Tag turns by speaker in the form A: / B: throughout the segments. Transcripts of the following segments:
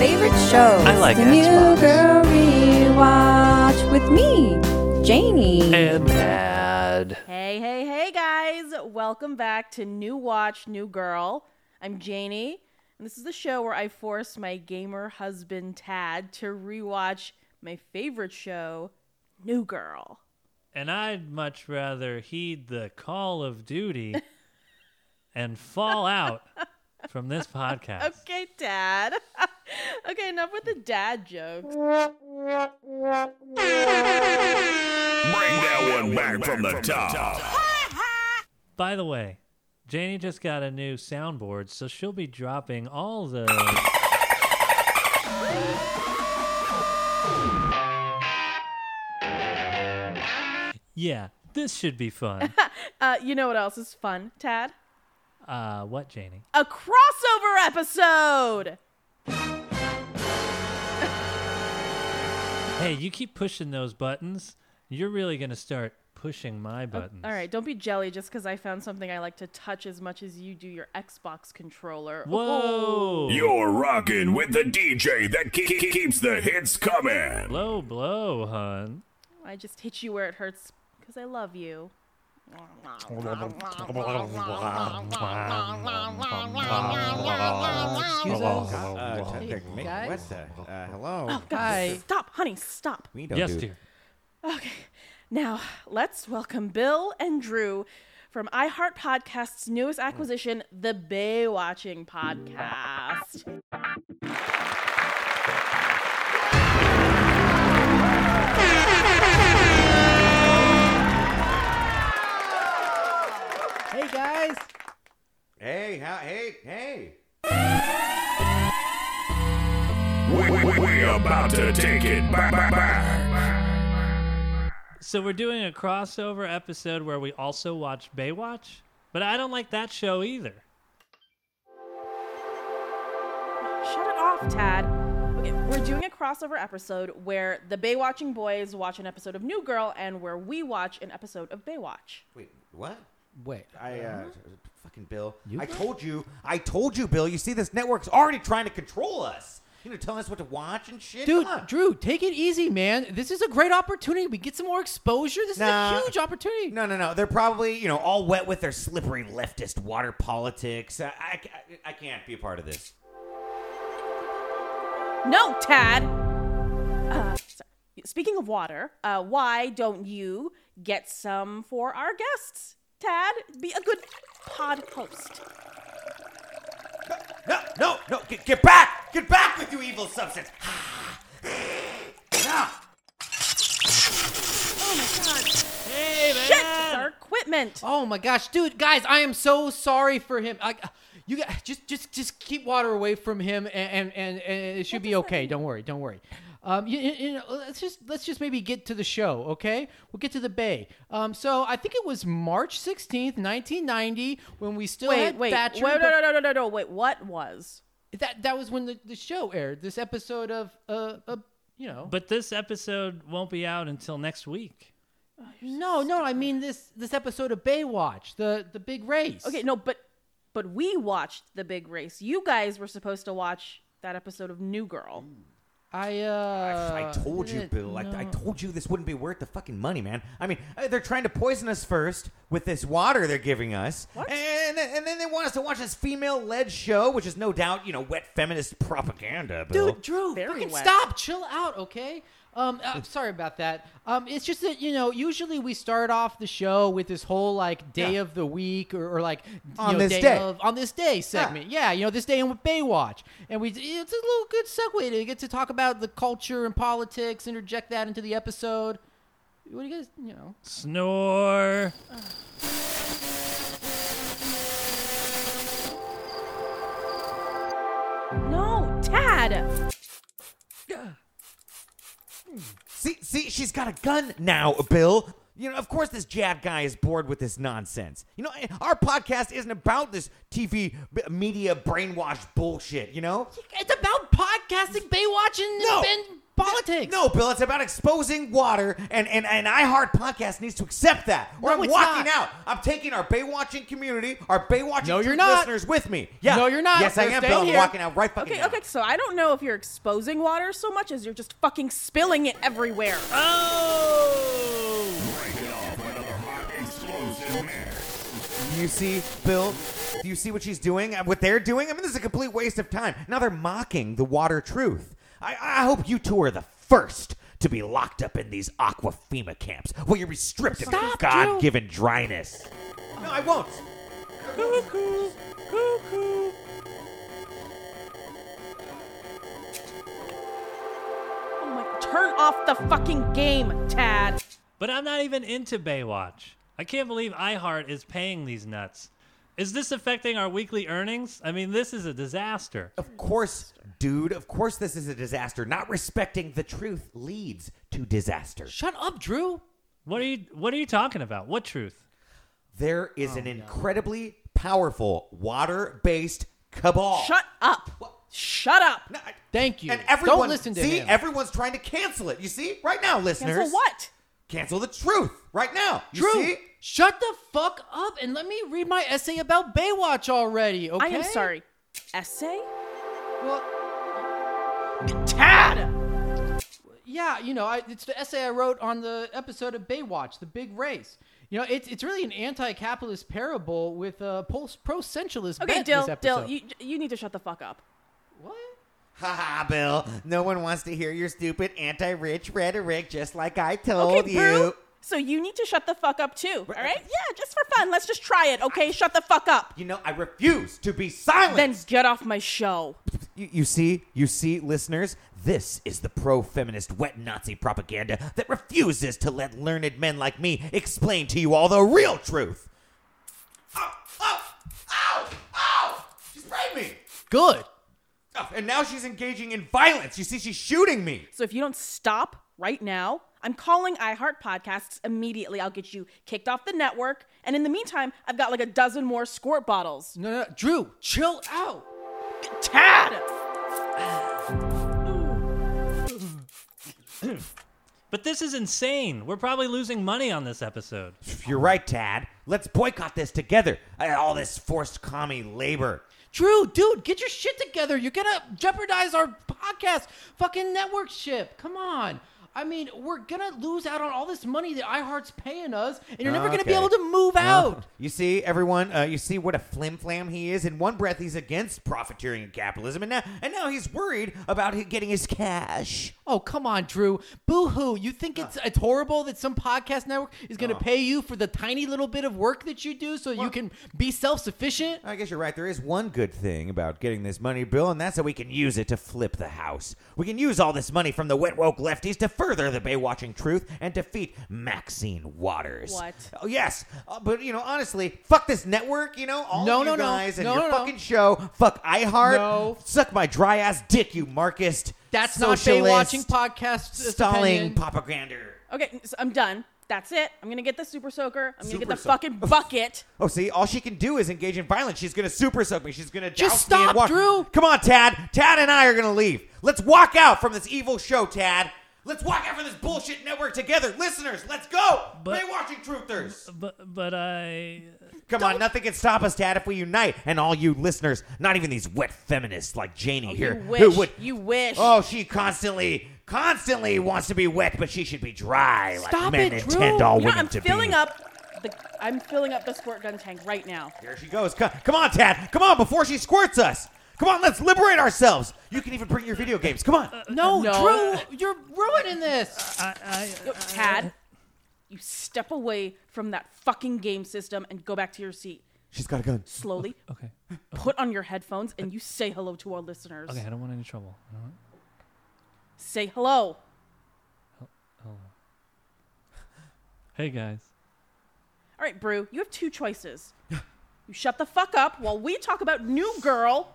A: shows.
B: I like
A: the new
B: Xbox.
A: girl rewatch with me, Janie.
B: And Mad.
C: Hey, hey, hey, guys. Welcome back to New Watch, New Girl. I'm Janie, and this is the show where I force my gamer husband, Tad, to rewatch my favorite show, New Girl.
D: and I'd much rather heed the call of duty and fall out from this podcast.
C: Okay, Dad. okay, enough with the dad jokes.
E: Bring that one back from the top.
D: By the way, Janie just got a new soundboard, so she'll be dropping all the. Yeah, this should be fun.
C: Uh, you know what else is fun, Tad?
D: Uh, what, Janie?
C: A crossover episode.
D: Hey, you keep pushing those buttons. You're really gonna start pushing my buttons.
C: Oh, All right, don't be jelly just because I found something I like to touch as much as you do your Xbox controller.
D: Whoa!
E: You're rocking with the DJ that ke- ke- keeps the hits coming.
D: Low blow, hun.
C: I just hit you where it hurts because I love you.
F: Uh, technic, mate, what the? Uh, hello.
C: Oh,
G: Oh,
C: Guys, Stop, honey, stop.
F: We don't
D: Oh, Yes,
F: do-
D: dear.
C: Now, let's welcome Bill and Drew from iHeart Podcast's newest acquisition, the Baywatching Podcast.
F: Hey guys. Hey, how, hey, hey.
E: We, we, we about to take it back, back, back.
D: So we're doing a crossover episode where we also watch Baywatch, but I don't like that show either.
C: Shut it off, Tad. Okay, We're doing a crossover episode where the Baywatching boys watch an episode of New Girl and where we watch an episode of Baywatch.
F: Wait, what?
G: Wait,
F: I uh, fucking Bill.
G: You
F: I
G: what?
F: told you. I told you, Bill. You see, this network's already trying to control us. You know, telling us what to watch and shit.
G: dude,
F: Come on.
G: Drew, take it easy, man. This is a great opportunity. We get some more exposure. This
F: Nah.
G: is a huge opportunity.
F: No, no, no. They're probably you know all wet with their slippery leftist water politics. I, I, I can't be a part of this.
C: No, Tad. Uh, sorry. speaking of water, uh, why don't you get some for our guests? Tad, be a good pod host.
F: No, no, no. Get, get back. Get back with you evil substance. no.
C: Oh my god!
D: Hey, man!
C: Shit, it's our equipment.
G: Oh my gosh, dude, guys, I am so sorry for him. I, you got, just just just keep water away from him, and and, and, and it should be okay. Don't worry, don't worry. Um, you, you- you know, let's just let's just maybe get to the show, okay? We'll get to the bay. Um, so I think it was March sixteenth, nineteen ninety, when we still
C: Wait,
G: had
C: wait,
G: Thatcher.
C: wait, no,
G: but-
C: no, no, no, no, no, wait. What was?
G: That that was when the, the show aired. This episode of uh, uh you know.
D: But this episode won't be out until next week.
G: No, no, I mean this this episode of Baywatch, the the big race.
C: Okay, no, but but we watched the big race. You guys were supposed to watch that episode of New Girl.
F: I,
G: I uh
F: I told you,
G: didn't-
F: Bill. I, I told you this wouldn't be worth the fucking money, man. I mean, uh, they're trying to poison us first with this water they're giving us,
C: What?
F: and then- and then they want us to watch this female-led show, which is no doubt, you know, wet feminist propaganda, Bill.
G: Dude, Drew,
C: Very
G: fucking
C: wet.
G: stop, chill out, okay? Um, uh, sorry about that. Um, it's just that you know, usually we start off the show with this whole like day
F: Yeah.
G: of the week or, or like you
F: On
G: know,
F: this
G: day
F: day.
G: of on this day segment. Yeah, you know, this day in with Baywatch, and we it's a little good segue to get to talk about the culture and politics, interject that into the episode. What do you guys, you know?
D: Snore.
C: No, Tad.
F: see, see, she's got a gun now, Bill. You know, of course, this jab guy is bored with this nonsense. You know, eh, our podcast isn't about this TV b- media brainwash bullshit. You know,
G: It's about podcasting, Baywatch, and,
F: No.
G: and politics.
F: No, Bill, it's about exposing water, and and and iHeart podcast needs to accept that. Or
G: No,
F: I'm
G: it's
F: walking
G: not.
F: out. I'm taking our Baywatching community, our Baywatching
G: No, you're
F: Truth
G: not.
F: listeners with me. Yeah,
G: No, you're not.
F: Yes, I
G: We're
F: am,
G: staying
F: Bill. I'm
G: here.
F: walking out right fucking
C: Okay,
F: now.
C: okay, so I don't know if you're exposing water so much as you're just fucking spilling it everywhere.
D: Oh!
E: Break it off with another hot explosive mess.
F: Do you see, Bill? Do you see what she's doing? Uh, What they're doing? I mean, this is a complete waste of time. Now they're mocking the water truth. I, I hope you two are the first to be locked up in these aquafema camps where you're stripped of your
G: Stop,
F: God-given dryness. No, I won't.
D: Cuckoo! Cuckoo!
C: Oh my, turn off the fucking game, Tad.
D: But I'm not even into Baywatch. I can't believe iHeart is paying these nuts. Is this affecting our weekly earnings? I mean, this is a disaster.
F: Of course, dude. Of course, this is a disaster. Not respecting the truth leads to disaster.
G: Shut up, Drew.
D: What are you what are you talking about? What truth?
F: There is
C: Oh,
F: an incredibly powerful water-based cabal.
C: Shut up. Shut up.
F: No, I-
G: Thank you.
F: And everyone,
G: Don't listen to
F: see,
G: him.
F: everyone's trying to cancel it. You see, right now, listeners,
C: Cancel what?
F: Cancel the truth right now. You
G: Drew,
F: see?
G: shut the fuck up and let me read my essay about Baywatch already. Okay.
C: I am sorry. Essay?
G: Well,
C: Tad!
G: yeah, you know, I, it's the essay I wrote on the episode of Baywatch, the big race. You know, it's it's really an anti-capitalist parable with a pro-essentialist
C: Okay,
G: bent
C: Dill,
G: this episode.
C: Dill, you, you need to shut the fuck up.
G: what?
F: Ha ha, Bill. No one wants to hear your stupid anti-rich rhetoric, just like I told
C: okay,
F: you.
C: Brew, so you need to shut the fuck up too, all right? Yeah, just for fun. Let's just try it, okay? Shut the fuck up.
F: You know, I refuse to be silent.
C: Then get off my show.
F: you, you see, you see, listeners, this is the pro-feminist wet Nazi propaganda that refuses to let learned men like me explain to you all the real truth. Oh, Ow! Ow! Ow! Ow! oh, She sprayed me.
G: Good.
F: Oh, and now she's engaging in violence. You see, she's shooting me.
C: So if you don't stop right now, I'm calling iHeart Podcasts immediately. I'll get you kicked off the network. And in the meantime, I've got like a dozen more squirt bottles.
G: No, no, no, Drew, chill out.
C: Tad!
D: But this is insane. We're probably losing money on this episode.
F: You're right, Tad. Let's boycott this together. Uh, All this forced commie labor.
G: Drew, dude, get your shit together. You're gonna jeopardize our podcast fucking network ship. Come on. I mean, we're gonna lose out on all this money that iHeart's paying us, and you're never gonna be
F: Okay. Uh-huh.
G: able to move out.
F: You see, everyone. Uh, you see what a flim flam he is. In one breath, he's against profiteering and capitalism, and now and now he's worried about he- getting his cash.
G: Oh, come on, Drew. Boo hoo. You think it's it's horrible that some podcast network is gonna
F: Uh-huh.
G: pay you for the tiny little bit of work that you do so you can be self sufficient?
F: I guess you're right. There is one good thing about getting this money, Bill, and that's that we can use it to flip the house. We can use all this money from the wet woke lefties to further the Baywatching truth and defeat Maxine Waters.
C: What?
F: Oh, yes, Uh, but you know, honestly, fuck this network. You know, all
G: No,
F: of you
G: no, no.
F: guys and
G: No,
F: your
G: no, no.
F: fucking show. Fuck iHeart.
G: No.
F: Suck my dry ass dick, you Marxist.
G: That's
F: socialist,
G: not Baywatching podcast. uh,
F: stalling
G: opinion.
F: propagander.
C: Okay, so I'm done. That's it. I'm gonna get the super soaker. I'm gonna get
F: Super
C: the
F: soak-
C: fucking bucket.
F: Oh, see, all she can do is engage in violence. She's gonna super soak me. She's gonna
G: Just
F: douse me in
G: stop,
F: water.
G: Drew.
F: Come on, Tad. Tad and I are gonna leave. Let's walk out from this evil show, Tad. Let's walk out from this bullshit network together, listeners. Let's go.
D: But- Mm,
F: Baywatching truthers.
D: But but I
F: Come on, nothing can stop us, Tad, if we unite. And all you listeners, not even these wet feminists like Janie here,
C: You
F: who
C: wish.
F: would.
C: You wish.
F: Oh, she constantly, constantly wants to be wet, but she should be dry, like
G: Stop
F: men
G: it, Drew.
F: intend all
C: you know,
F: women
C: I'm
F: to
C: filling
F: be.
C: up. The, I'm filling up the squirt gun tank right now.
F: Here she goes. Come, come on, Tad. Come on, before she squirts us. Come on, let's liberate ourselves. You can even bring your video games. Come on.
G: No,
C: No.
G: Drew, you're ruining this.
D: I, I
C: Yo,
G: Uh-huh.
C: Tad, you step away from that fucking game system and go back to your seat.
F: She's got a gun.
C: Slowly,
D: okay.
C: put on your headphones and you say hello to our listeners.
D: Okay, I don't want any trouble. I don't want-
C: Say hello.
D: Hey guys.
C: All right, Brew, you have two choices. you shut the fuck up while we talk about New Girl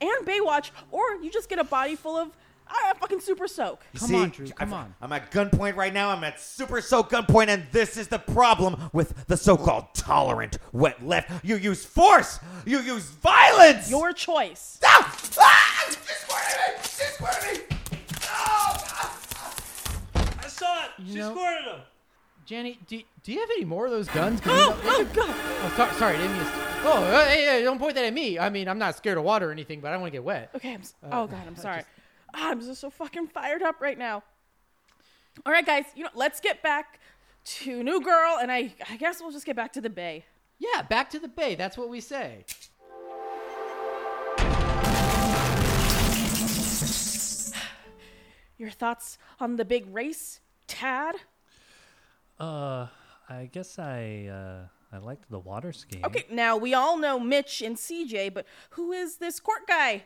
C: and Baywatch, or you just get a body full of uh, fucking super soak.
F: You
G: Come
F: see,
G: on, Drew, come
F: I'm,
G: on.
F: I'm at gunpoint right now. I'm at super soak gunpoint, and this is the problem with the so-called tolerant wet left. You use force. You use violence.
C: Your choice.
F: Ah! Ah! She squirted me! She squirted me! Oh, God!
G: You
D: she
G: know-
D: squirted him.
G: Jenny, do, do you have any more of those guns? 'Cause
C: Oh,
G: you know-
C: oh god.
G: oh, sorry, sorry, I didn't mean to- Oh, uh, hey, hey, don't point that at me. I mean, I'm not scared of water or anything, but I don't want to get wet.
C: Okay, I'm, s oh god, I'm sorry. Ah, I'm just so fucking fired up right now. All right, guys, you know, let's get back to New Girl, and I, I guess we'll just get back to the Bay.
G: Yeah, back to the bay. That's what we say.
C: Your thoughts on the big race, Tad?
D: Uh, I guess I uh I liked the water skiing.
C: Okay, now we all know Mitch and CJ, but who is this court guy?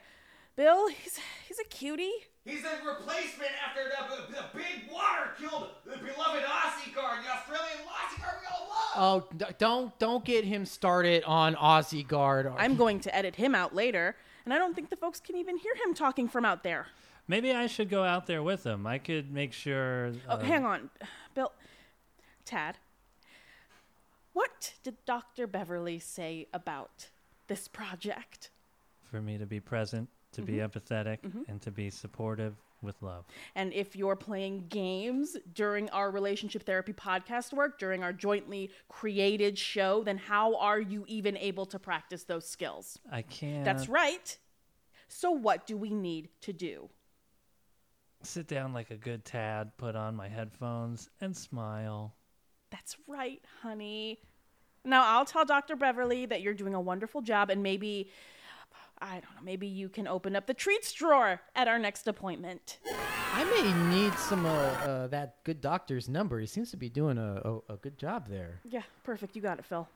C: Bill, he's he's a cutie.
F: He's a replacement after the, the big water killed the beloved Aussie guard, the Australian Aussie guard we all love.
G: Oh, d- don't don't get him started on Aussie guard. Or,
C: I'm going to edit him out later, and I don't think the folks can even hear him talking from out there.
D: Maybe I should go out there with him. I could make sure.
C: Oh,
D: uh,
C: hang on. Bill. Tad. What did Dr. Beverly say about this project?
D: for me to be present, to be
C: Mm-hmm.
D: empathetic, and to be supportive with love.
C: And if you're playing games during our relationship therapy podcast work, during our jointly created show, then how are you even able to practice those skills?
D: I can't.
C: That's right. So, what do we need to do?
D: Sit down like a good tad. Put on my headphones and smile.
C: That's right, honey. Now I'll tell Dr. Beverly that you're doing a wonderful job and maybe I don't know, maybe you can open up the treats drawer at our next appointment.
G: I may need some uh, uh, that good doctor's number. He seems to be doing a, a, a good job there.
C: Yeah, perfect. You got it, Phil.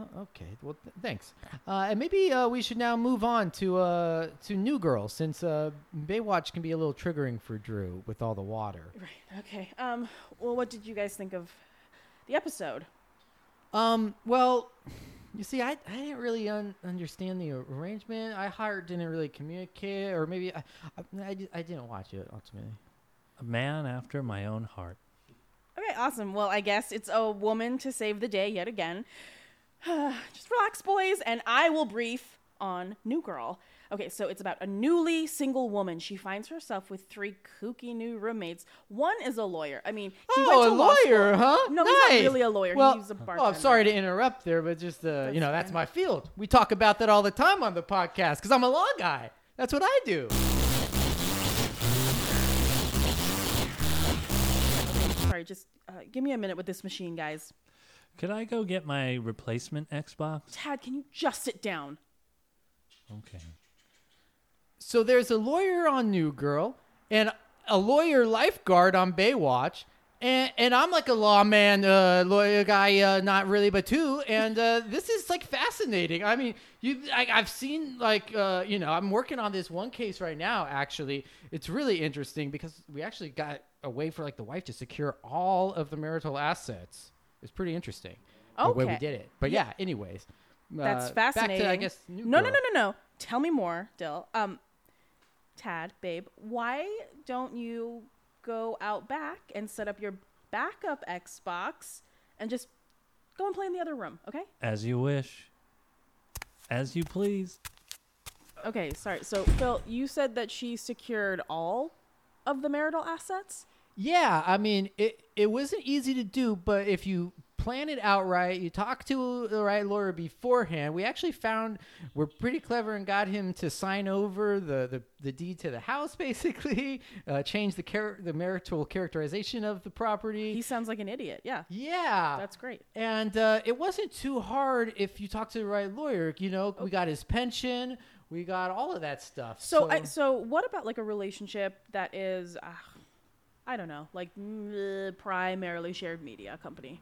G: Oh, okay, well, th- thanks. Uh, and maybe uh, we should now move on to uh, to New Girl, since uh, Baywatch can be a little triggering for Drew with all the water.
C: Right. Okay. Um well, what did you guys think of the episode?
G: Um, well, you see, I, I didn't really un- understand the arrangement. I hired didn't really communicate, or maybe I, I, I, just- I didn't watch it ultimately.
D: A man after my own heart.
C: Okay, awesome. Well, I guess it's a woman to save the day yet again. Just relax, boys, and I will brief on New Girl. Okay, so it's about a newly single woman. She finds herself with three kooky new roommates. One is a lawyer. I mean, he went
G: oh,
C: to
G: a
C: law
G: lawyer,
C: school.
G: huh?
C: No,
G: nice.
C: he's not really a lawyer.
G: Well,
C: he's a
G: Oh,
C: bartender.
G: I'm sorry to interrupt there, but just uh, you know, that's my field. We talk about that all the time on the podcast because I'm a law guy. That's what I do.
C: Sorry, just uh, give me a minute with this machine, guys.
D: Could I go get my replacement Xbox?
C: Tad, can you just sit down?
D: Okay.
G: So there's a lawyer on New Girl and a lawyer lifeguard on Baywatch. And, and I'm like a lawman, uh, lawyer guy, uh, not really, but too. And uh, this is like fascinating. I mean, you, I, I've seen like, uh, you know, I'm working on this one case right now. Actually, it's really interesting because we actually got a way for like the wife to secure all of the marital assets. It's pretty interesting the way we
C: Okay.
G: did it. But yeah, anyways,
C: That's
G: uh,
C: fascinating.
G: Back to I guess New
C: no, no,
G: Girl.
C: no, no, no. Tell me more, Dill. Um, Tad, babe, why don't you go out back and set up your backup Xbox and just go and play in the other room? Okay.
D: As you wish. As you please.
C: Okay. Sorry. So Phil, you said that she secured all of the marital assets.
G: Yeah, I mean, it it wasn't easy to do, but if you plan it out right, you talk to the right lawyer beforehand. We actually found we're pretty clever and got him to sign over the the, the deed to the house, basically, uh, change the char- the marital characterization of the property.
C: He sounds like an idiot. Yeah.
G: yeah,
C: That's great.
G: and uh, it wasn't too hard if you talked to the right lawyer. You know, we got his pension, we got all of that stuff.
C: So, I, so what about like a relationship that is, uh, I don't know, like mm, primarily shared media company?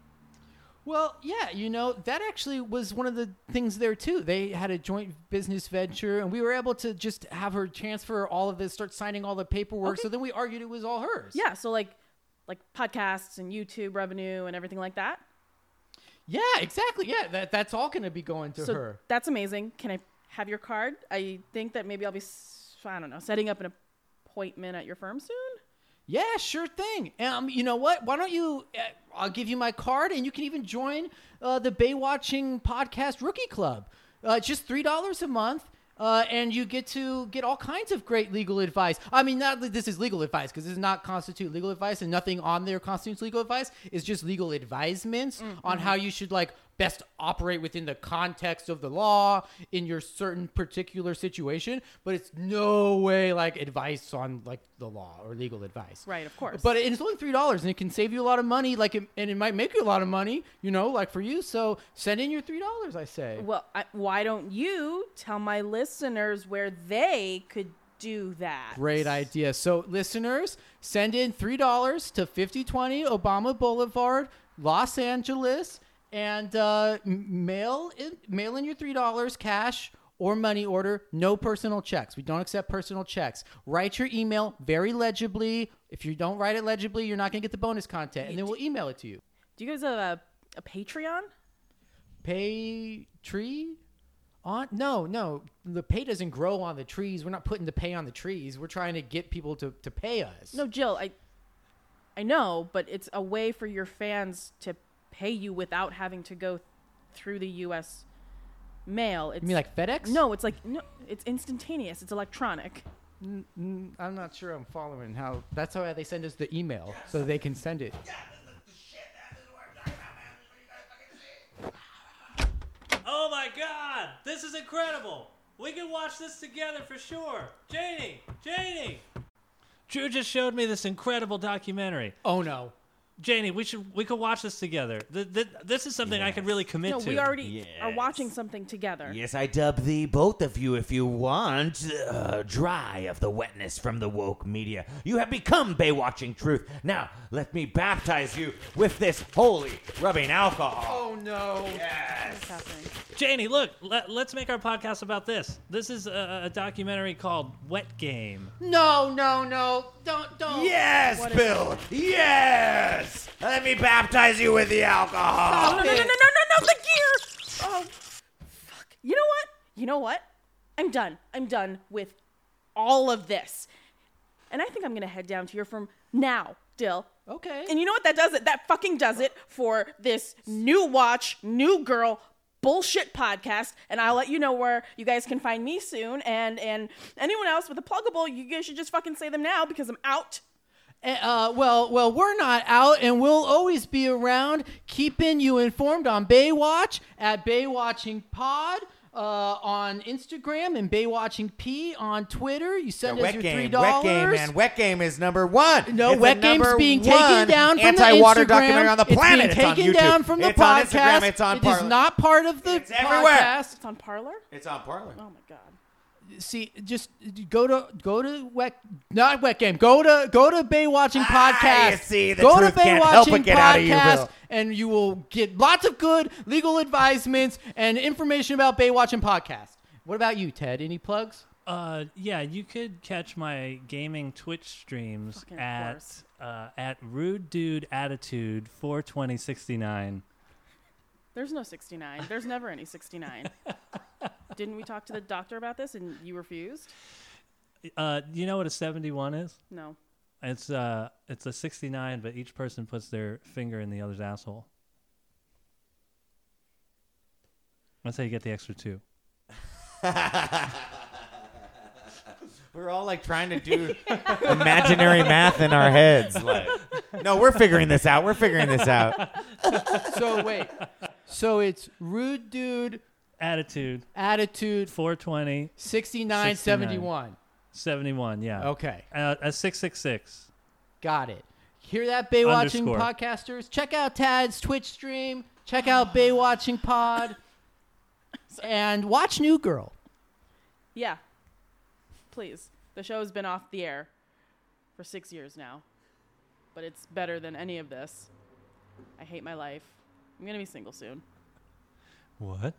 G: Well, yeah, you know, that actually was one of the things there too. They had a joint business venture and we were able to just have her transfer all of this, start signing all the paperwork.
C: Okay.
G: So then we argued it was all hers.
C: Yeah, so like like podcasts and YouTube revenue and everything like that.
G: Yeah, exactly. Yeah, that, that's all going to be going to
C: so
G: her.
C: that's amazing. Can I have your card? I think that maybe I'll be s- I don't know, setting up an appointment at your firm soon.
G: Yeah, sure thing. Um, you know what? Why don't you? Uh, I'll give you my card, and you can even join uh, the Baywatching Podcast Rookie Club. Uh, it's just three dollars a month. Uh, and you get to get all kinds of great legal advice. I mean, not that this is legal advice because this does not constitute legal advice, and nothing on there constitutes legal advice. It's just legal advisements on how you should like best operate within the context of the law in your certain particular situation. But it's no way like advice on like the law or legal advice.
C: Right, of course.
G: But it's only three dollars, and it can save you a lot of money. Like, it, and it might make you a lot of money. You know, like for you. So send in your three dollars. I say.
C: Well, I, why don't you tell my listeners where they could do that?
G: Great idea. So, listeners, send in $3 to 5020 Obama Boulevard, Los Angeles, and uh, m- mail, in, mail in your $3 cash or money order. No personal checks. We don't accept personal checks. Write your email very legibly. If you don't write it legibly, you're not going to get the bonus content, and then we'll email it to you.
C: Do you guys have a, a Patreon?
G: Pay tree? On? No, no. The pay doesn't grow on the trees. We're not putting the pay on the trees. We're trying to get people to, to pay us.
C: No, Jill, I I know, but it's a way for your fans to pay you without having to go through the US mail. It's
G: You mean like FedEx?
C: No, it's like no, it's instantaneous. It's electronic.
G: I'm not sure I'm following how. That's how they send us the email so they can send it.
D: Oh my god, this is incredible. We can watch this together for sure. Janie, Janie. Drew just showed me this incredible documentary.
G: Oh no.
D: Janie, we should we could watch this together. Th- th- this is something I could really commit
C: No,
D: to.
C: we already are
F: Yes.
C: watching something together.
F: Yes, I dub the both of you if you want. Uh, dry of the wetness from the woke media. You have become Baywatching truth. Now, let me baptize you with this holy rubbing alcohol.
G: Oh no.
C: What's happening?
D: Janie, look, let, let's make our podcast about this. This is a, a documentary called Wet Game.
G: No, no, no. Don't, don't.
F: Yes, Bill. Yes. Let me baptize you with the alcohol.
C: Oh, no, no, no, no, no, no, no, the gear! Oh, fuck. You know what? You know what? I'm done. I'm done with all of this. And I think I'm gonna head down to your firm now, Dill.
G: Okay.
C: And you know what? That does it. That fucking does it for this new watch, new girl bullshit podcast. And I'll let you know where you guys can find me soon. And and anyone else with a pluggable, you guys should just fucking say them now because I'm out.
G: Uh, well, well, we're not out, and we'll always be around, keeping you informed on Baywatch at Baywatching Pod. Uh, on Instagram and Baywatching P on Twitter. You send us
F: Wet
G: your
F: game,
G: three
F: wet
G: dollars.
F: game, man. Wet game is number one.
G: No,
F: It's the
G: Wet Game's
F: number
G: being taken
F: one
G: down from
F: anti-water
G: the Instagram.
F: documentary on the
G: It's being
F: planet. it's on
G: taken
F: YouTube.
G: down from the
F: it's
G: podcast.
F: on Instagram. It's on
G: It is
F: Parler.
G: not part of the
F: It's
G: podcast.
F: everywhere.
C: It's on Parlor?
F: It's on Parlor.
C: Oh my god.
G: See, just go to go to wet not wet game. Go to go to Baywatching
F: Ah,
G: podcast.
F: you see, the
G: go
F: truth
G: to
F: can't help but
G: Baywatching
F: get
G: podcast,
F: out of you, Bill.
G: and you will get lots of good legal advisements and information about Baywatching podcast. What about you, Ted? Any plugs?
D: Uh, yeah, you could catch my gaming Twitch streams
C: Fucking of
D: at
C: course.
D: uh, at Rude Dude Attitude 42069.
C: There's no 69. There's never any 69. Didn't we talk to the doctor about this and you refused?
D: Uh, you know what a 71 is?
C: No.
D: It's uh, it's a 69, but each person puts their finger in the other's asshole. That's how you get the extra two.
F: We're all like trying to do imaginary math in our heads. Like, no, we're figuring this out. We're figuring this out.
G: So wait, so it's rude dude
D: Attitude
G: attitude
D: 420
G: sixty nine seventy one.
D: 71. Yeah.
G: Okay.
D: Uh, a 666.
G: Got it. Hear that, Baywatching
D: Underscore.
G: podcasters? Check out Tad's Twitch stream. Check out Baywatching Pod. and watch New Girl.
C: Yeah. Please. The show's been off the air for six years now. But it's better than any of this. I hate my life. I'm going to be single soon.
D: What?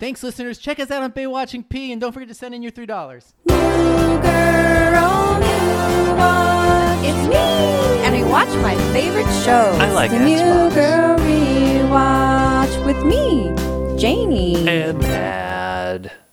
G: Thanks, listeners. Check us out on Baywatching P, and don't forget to send in your three dollars.
A: New girl, new watch. It's me. And I watch my favorite shows. I like the New Girl Rewatch with me, Janie.
B: and bad.